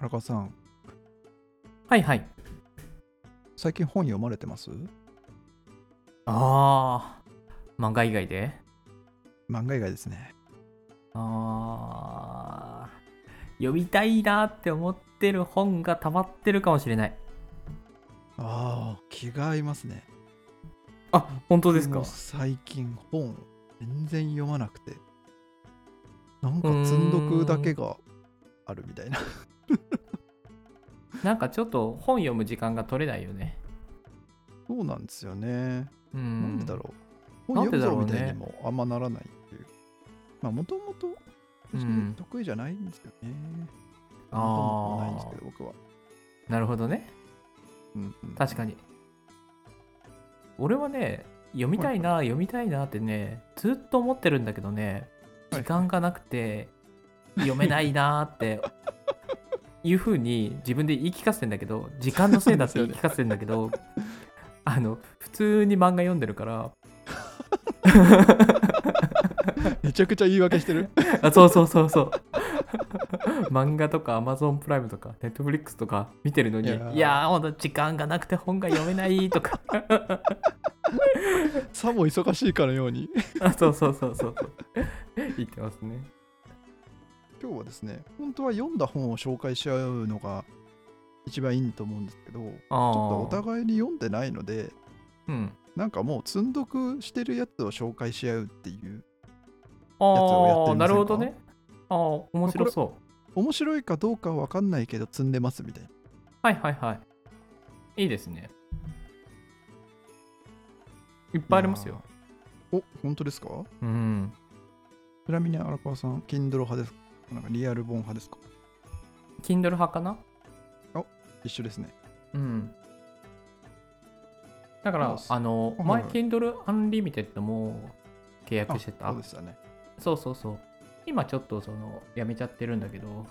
中さん、はいはい。最近本読まれてますああ、漫画以外で漫画以外ですね。ああ、読みたいなって思ってる本が溜まってるかもしれない。ああ、気が合いますね。あ、本当です僕かも最近本全然読まなくて。なんか積んどくだけがあるみたいな。なんかちょっと本読む時間が取れないよね。そうなんですよね。う。なんんでだろう。な本んで読むだぞろうねみたいにもあんまならないっていう。まあ、もともと別うんに得意じゃないんですよね。ああ。ないんであすけど、僕は。あ、なるほどね。うんうん確かに。俺はね、読みたいな、読みたいなってね、ずっと思ってるんだけどね、はい時間がなくて、読めないなー って、いうふうに自分で言い聞かせてんだけど、時間のせいだ って言い聞かせてんだけど、あの、普通に漫画読んでるから、めちゃくちゃ言い訳してる。 あ、そうそうそうそう。 漫画とか Amazon プライムとか Netflix とか見てるのに、いいややーー、ほんと時間がなくて本が読めないとか、さも忙しいかのように。あそうそうそうそうそう。言ってますね。今日はですね、本当は読んだ本を紹介し合うのが一番いいと思うんですけど、ちょっあーとお互いに読んでないので、うん。なんかもう積んどくしてるやつを紹介し合うっていう、をやってみませああ、んかなるほどね。ああ、面白そう。面白いかどうかは分かんないけど積んでますみたいな。はいはいはい。いいですね。いっぱいありますよ。あー。お、本当ですかうん。ちなみに荒川さん、Kindle 派ですかなんかリアル本派ですか Kindle 派かな一緒ですね。うん。だからあ、そうあの、はい前 Kindle Unlimited も契約してあたそうで。したね。そうそうそう。今ちょっとその、やめちゃってるんだけど、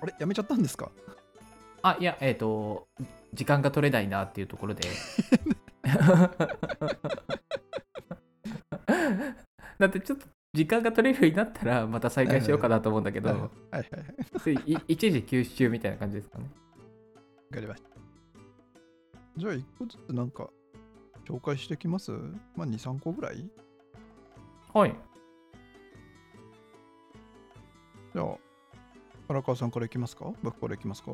あれ、やめちゃったんですかあ、いや、えっ、と、時間が取れないなっていうところで。 だってちょっと時間が取れるようになったらまた再開しようかなと思うんだけはいはど、いはい。わそれい一時休止中みたいな感じですかね。かりました。じゃあ、一個ずつなんか紹介してきますまあ、2、3個ぐらいはい。じゃあ、荒川さんからいきますか僕からいきますか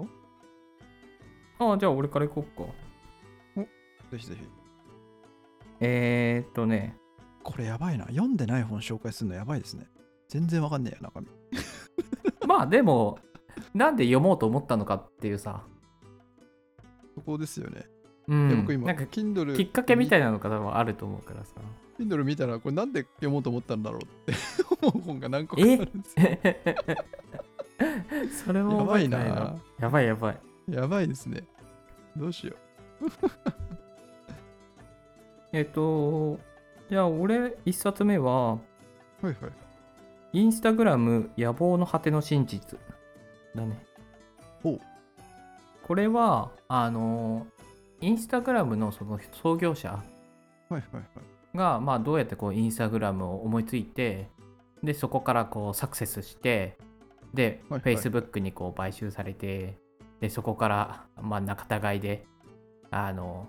ああ、じゃあ俺から行こうか。ぜひぜひ。えー、っとね、これやばいな。読んでない本紹介するのやばいですね。全然わかんねえや、中身。まあでも、なんで読もうと思ったのかっていうさ、そこですよね。いうやん、僕今、なんか Kindle きっかけみたいいなのが多分あると思う からさ。 Kindle 見たら、これなんで読もうと思ったんだろうって 思う本が何個かあるんですよ。それもやば覚えいてないなな。。やばいやばい。やばいですね。どうしよえっと、じゃあ俺一冊目は、う。はいはい。インスタグラム野望の果ての真実だね。ほうこれは、あの、インスタグラムのその創業者はいはいはい。が、まあどうやってこうインスタグラムを思いついて、で、そこからこうサクセスして、で、はいはい Facebook にこう買収されて、で、そこから、まあ仲違いで、あの、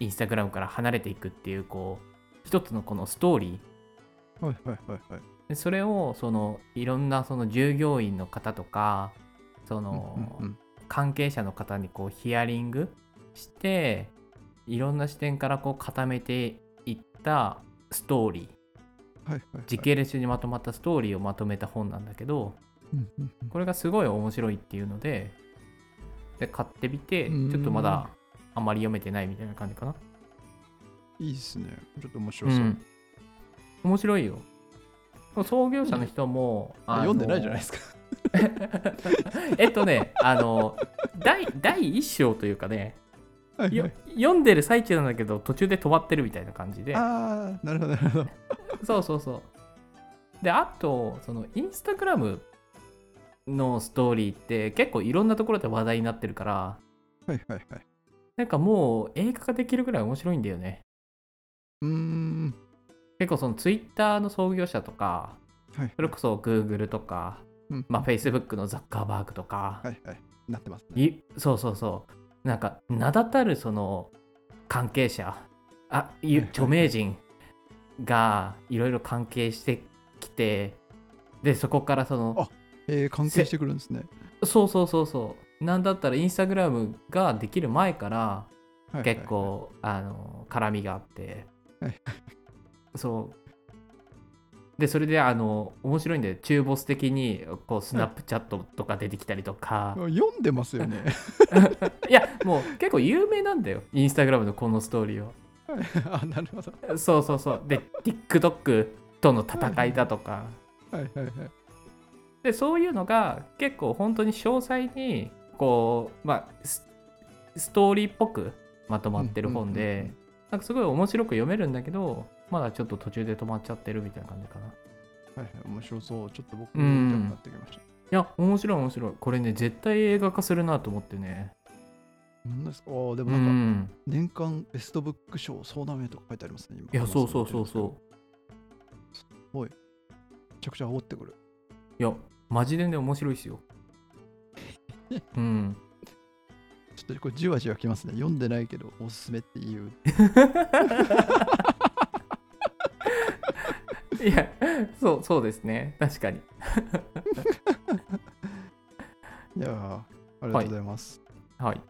インスタグラムから離れていくっていう、こう、一つのこのストーリー、はいはいはいはい。でそれをそのいろんなその従業員の方とかそのうんうんうん関係者の方にこうヒアリングしていろんな視点からこう固めていったストーリーはいはいはい。時系列にまとまったストーリーをまとめた本なんだけどうんうんうん。これがすごい面白いっていうのでで買ってみてうんちょっとまだあんまり読めてないみたいな感じかな。いいですね。ちょっと面白うそう。ん、面白いよ創業者の人も、ああの読んでないじゃないですか。 えっとね、あの、第第一章というかね、はいはよい。読んでる最中なんだけど、途中で止まってるみたいな感じで、ああ、なるほどなるほど。そうそうそう。で、あと、その、インスタグラムのストーリーって、結構いろんなところで話題になってるから、はいはいはい。なんかもう映画化できるぐらい面白いんだよね。うーん。結構そのツイッターの創業者とか、はい。それこそ Google とか、うんまあ、Facebook のザッカーバーグとか、はいはい。なってますね。いそうそうそうなんか名だたるその関係者あ いはい著名人がいろいろ関係してきてでそこからそのあえー関係してくるんですね。そうそうそうそうなんだったらインスタグラムができる前からはいはいはい結。構、あの絡みがあって、はいそうでそれであの面白いんで中ボス的にこうスナップチャットとか出てきたりとか、読んでますよね。 いやもう結構有名なんだよインスタグラムのこのストーリーはあ、なるほど。そうそうそうで TikTok との戦いだとかはいはいはい。でそういうのが結構本当に詳細にこうまあスストーリーっぽくまとまってる本うんうんうんうでんなんかすごい面白く読めるんだけどまだちょっと途中で止まっちゃってるみたいな感じかないはいはい。面白そう。ちょっと僕うもん興味になってきました。や面白い面白いこれね絶対映画化するなと思ってねなんですかああ、でうもなんか、ん年間ベストブック賞総なめとか書いてありますね。今いやそうそうそうそうめちゃくちゃ煽ってくる。いやマジでね面白いですようんちょっとこれじわじわきますね。読んでないけど、おすすめっていう。いやそうそうですね確かにいやーありがとうございます。はい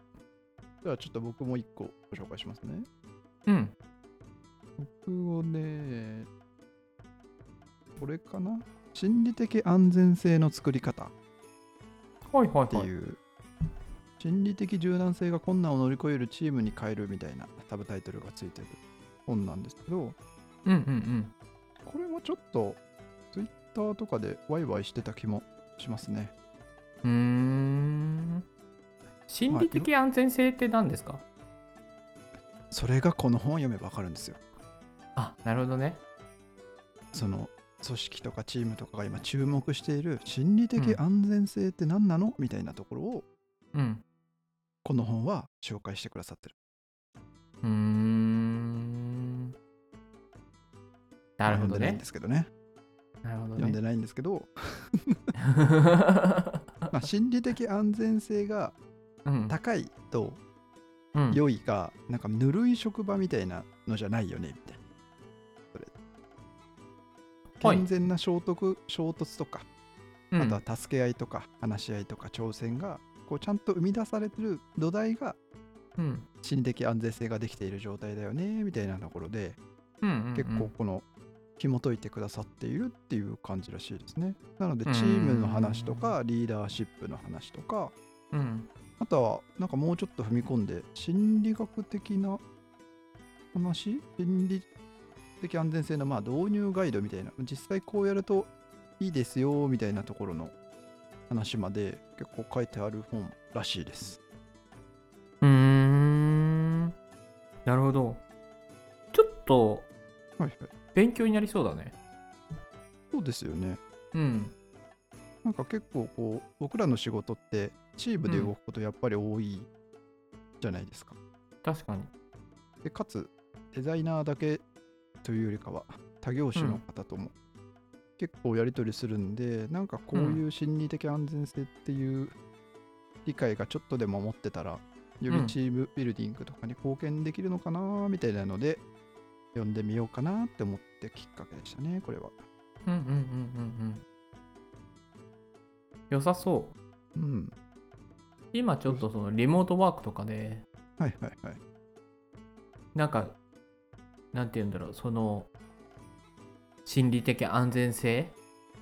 ではちょっと僕も一個ご紹介しますね。うん僕をね、これかな心理的安全性の作り方はいはっいてはいいう、心理的柔軟性が困難を乗り越えるチームに変えるみたいなサブタイトルがついてる本なんですけど、うんうんこれもちょっと Twitter とかでワイワイしてた気もしますね。うんうーん心理的安全性って何ですか、それがこの本を読めばわかるんですよ。あなるほどねその組織とかチームとかが今注目している心理的安全性って何なの、みたいなところをうんこの本は紹介してくださってる。うーんなるほど読んでないんねですけどね。なるほど読んでねないんですけど、まあ、心理的安全性が うん高いとうん良いが、なんかぬるい職場みたいなのじゃないよねみたいな。それはい健全な衝突衝突とか、うんあとは助け合いとか話し合いとか挑戦がこうちゃんと生み出されてる土台がうん心理的安全性ができている状態だよねみたいなところでうんうんうん結構この紐解いてくださっているっていう感じらしいですね。なのでチームの話とかリーダーシップの話とかうんあとはなんかもうちょっと踏み込んで心理学的な話心理的安全性のまあ導入ガイドみたいな実際こうやるといいですよみたいなところの話まで結構書いてある本らしいです。うーんなるほどちょっとはいはい、勉強になりそうだねそうですよね。うんなんか結構こう僕らの仕事ってチームで動くことやっぱり多いじゃないですか。確かにでかつデザイナーだけというよりかは他業種の方とも結構やり取りするんで、なんかこういう心理的安全性っていう理解がちょっとでも持ってたらようりんチームビルディングとかに貢献できるのかなみたいなので読んでみようかなって思ってきっかけでしたねこれは。うんうんうんうんうん良さそううん。今ちょっとそのリモートワークとかではいはいはい。なんかなんて言うんだろうその心理的安全性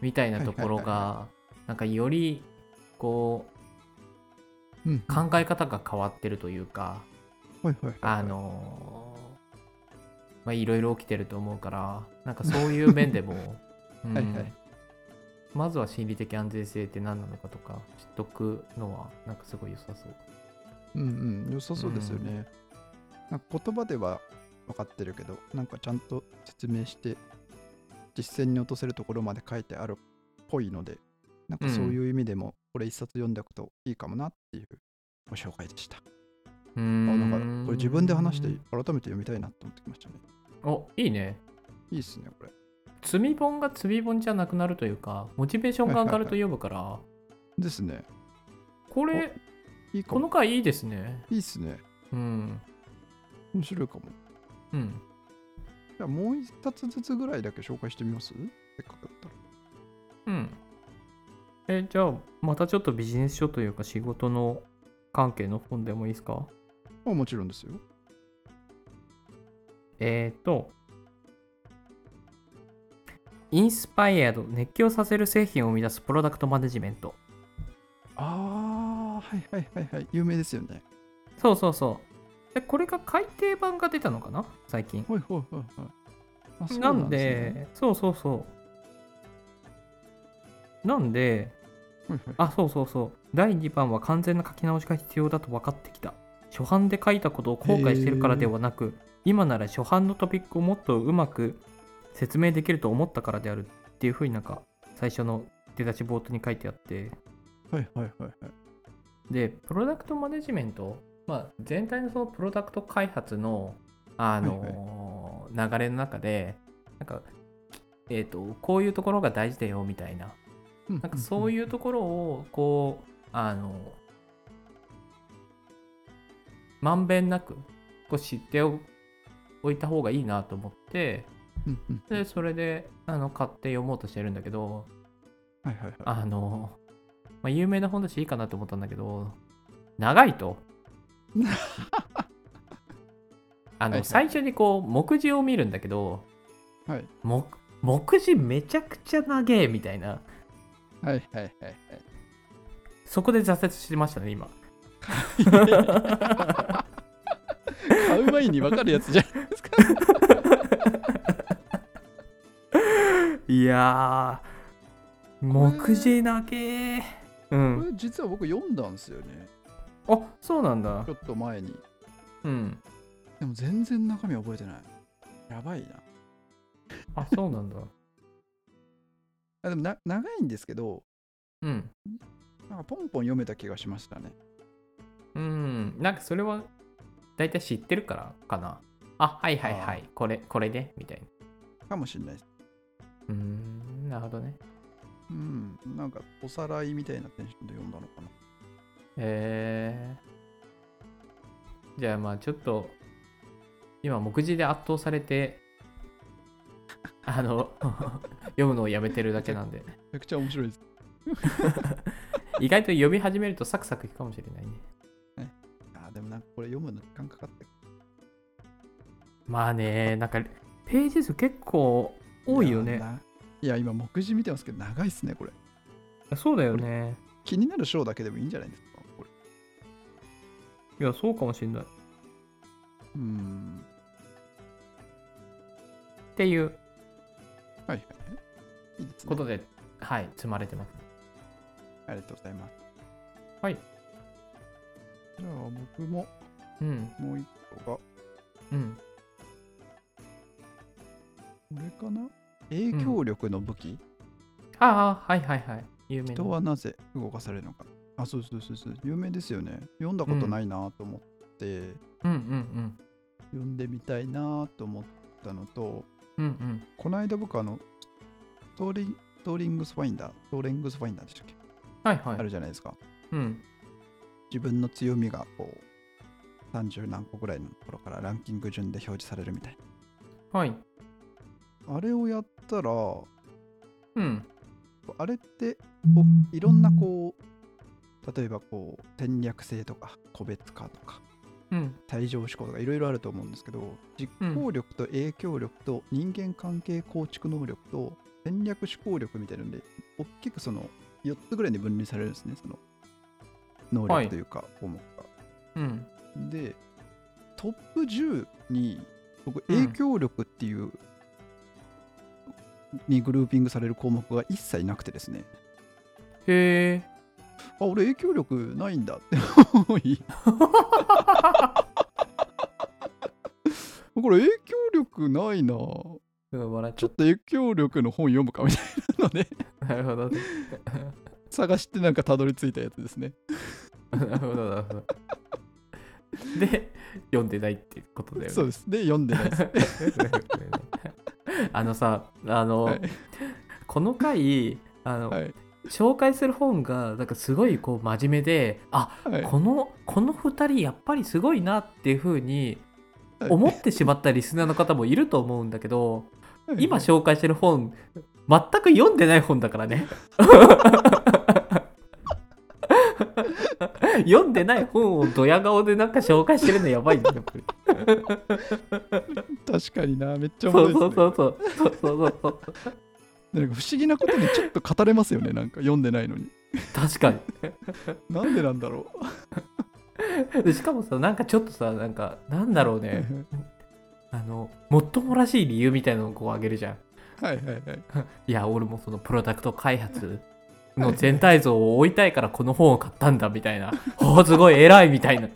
みたいなところはいはいはいがなんかよりこううん。考え方が変わってるというかはいはいはい、あのまあいろいろ起きてると思うからなんかそういう面で も、うんはいはいまずは心理的安全性って何なのかとか知っとくのはなんかすごい良さそう。うんうん、良さそうですよね。なんか言葉では分かってるけど、なんかちゃんと説明して、実践に落とせるところまで書いてあるっぽいので、なんかそういう意味でも、これ一冊読んでおくといいかもなっていうご紹介でした。ああななんかこれ自分で話して、改めて読みたいなと思ってきましたね。おいいねいいっすね、これ。積み本が積み本じゃなくなるというか、モチベーションが上がると読むから、ですね。これ、いいかこも。の回いいですね。いいっすね。うん。面白いかも。うん。じゃあもう一冊ずつぐらいだけ紹介してみますせっかくだったら。うん。え、じゃあ、またちょっとビジネス書というか仕事の関係の本でもいいですかまあもちろんですよ。えっ、ー、と、インスパイアード、熱狂させる製品を生み出すプロダクトマネジメント。ああ、はいはいはいはい。有名ですよね。そうそうそう。でこれが改訂版が出たのかな最近。はいはいはいはい。あそうなんですでねそうそうそう。なんで、はいはいあ、そうそうそう。第2版は完全な書き直しが必要だと分かってきた。初版で書いたことを後悔してるからではなく、今なら初版のトピックをもっとうまく説明できると思ったからであるっていうふうになんか最初の出だし冒頭に書いてあって、はいはいはいはい。で、プロダクトマネジメント、まあ、全体のそのプロダクト開発の、あのー流れの中で、なんか、えー、とこういうところが大事だよみたいな、なんなんかそうういうところを、こう、あのーまんべんなくこう知っておおいた方がいいなと思って、んうんうん。でそれであの買って読もうとしてるんだけど、はいはいはい。あの、まあ、有名な本だしいいかなと思ったんだけど、長い と。あはいはのい最初にこう目次を見るんだけど、はい目目次めちゃくちゃ長えみたいはいなはいはいはい。そこで挫折してましたね今 買う前に分かるやつじゃん。いやー目次長えうこんれ実は僕読んだんですよね。あそうなんだちょっと前に。うんでも全然中身覚えてない。やばいな。あそうなんだあでもな長いんですけど、うんなんかポンポン読めた気がしましたね。うんなんかそれは大体知ってるからかなあはいはいはいこれこれでみたいなかもしれないです。うーんなるほどねうん。なんかおさらいみたいなテンションで読んだのかな。えー、じゃあまあちょっと今目次で圧倒されてあの 読むのをやめてるだけなんでめちゃくちゃ面白いです。意外と読み始めるとサクサクいくかもしれないねあーでもなんかこれ読むの時間かかってまあねなんかページ数結構多いよやねな。いや、今、目次見てますけど、長いっすね、これ。そうだよね気になる章だけでもいいんじゃないですか、これ。いやそうかもしれないっうん。ていうはいはいはい。いいですね。ことではい積まれてますありがとうございます。はい。じゃあ、僕もうんもう一個が、こうんれかな影響力の武器、ああはいはいはい有名な人はなぜ動かされるのか。あ、そうそうそうそう。有名ですよね。読んだことないなと思って、うんうん読んでみたいなと思ったのと、うんうんうんこの間僕、あの、ストーリンストーリングスファインダー、ストーリングスファインダーでしたっけ、はいはいあるじゃないですか。うん自分の強みがこう30何個ぐらいのところからランキング順で表示されるみたいはいなあれをやったらうんあれってこういろんなこう例えばこう戦略性とか個別化とかうん対上思考とかいろいろあると思うんですけど実行力と影響力と人間関係構築能力と戦略思考力みたいなので大きくその4つぐらいに分類されるんですねその能はい力というか項目が、うんでトップ10に僕うん影響力っていう、にグルーピングされる項目が一切なくてですねへえあ俺影響力ないんだ って思い これ影響力ないなちょすごい笑っちゃっと影響力の本読むかみたいなのでった。なるほど。 探してなんかたどり着いたやつですねなるほど、なるほど。で、読んでないってことだよね。そうですで読んでないですす。 あのさあの、はいこの回あの、はい紹介する本がなんかすごいこう真面目であはいこのこの2人やっぱりすごいなっていう風にはい思ってしまったリスナーの方もいると思うんだけどはい今紹介してる本全く読んでない本だか らね読んでない本をドヤ顔でなんか紹介してるのやばいんだよこれ確かになめっちゃおもそろういですねそうそうそうそうそうそうなんか不思議なことにちょっと語れますよねなんか読んでないのに確かになんでなんだろでしかもさなんかちょっとさなんかなんだろううねはあのもっともらしい理由みたいなのをこうあげるじゃんい はいはいいや俺もそのプロダクト開発の全体像を追いたいからこの本を買ったんだみたいな「おおすごい偉い」みたいな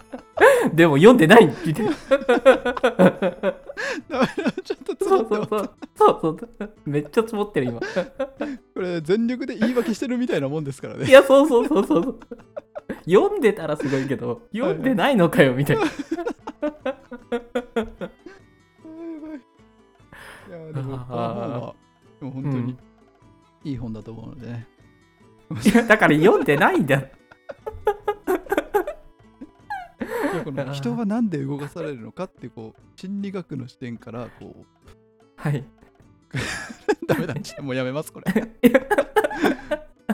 でも読んでないみたいなダメだちょっとつまそっうてそまうすそうそうそうめっちゃ積もってる今これ全力で言い訳してるみたいなもんですからいねやそうそうそうそうそう読んでたらすごいけど読んでないのかよみたいないやでもこの本はでも本当にいい本だと思うので ね、いやだから読んでないんだいやこの人はなんで動かされるのかってこう心理学の視点からこう はいダメだ、ちょっともうやめます、 これ。今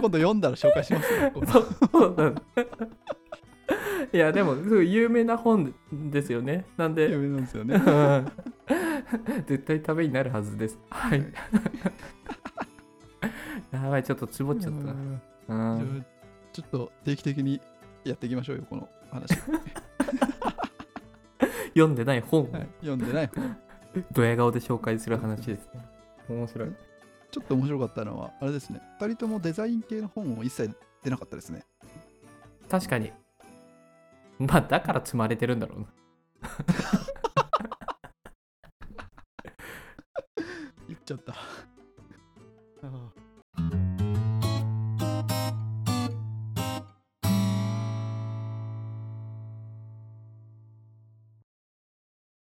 度読んだら紹介しますよ。こそうそうなんいやでもすごい有名な本ですよねなんうでやめなんですようね。ん 絶対ためになるはずです。はい。やばい、ちょっとつぼっちゃったな。うん、ちょっと定期的にやっていきましょうよ、この 話。読んでない本をはい読んでない。ドヤ顔で紹介する話ですね。面白い。ちょっと面白かったのは、あれですね。2人ともデザイン系の本を一切出なかったですね。確かに。まあ、だから積まれてるんだろうな。言っちゃった。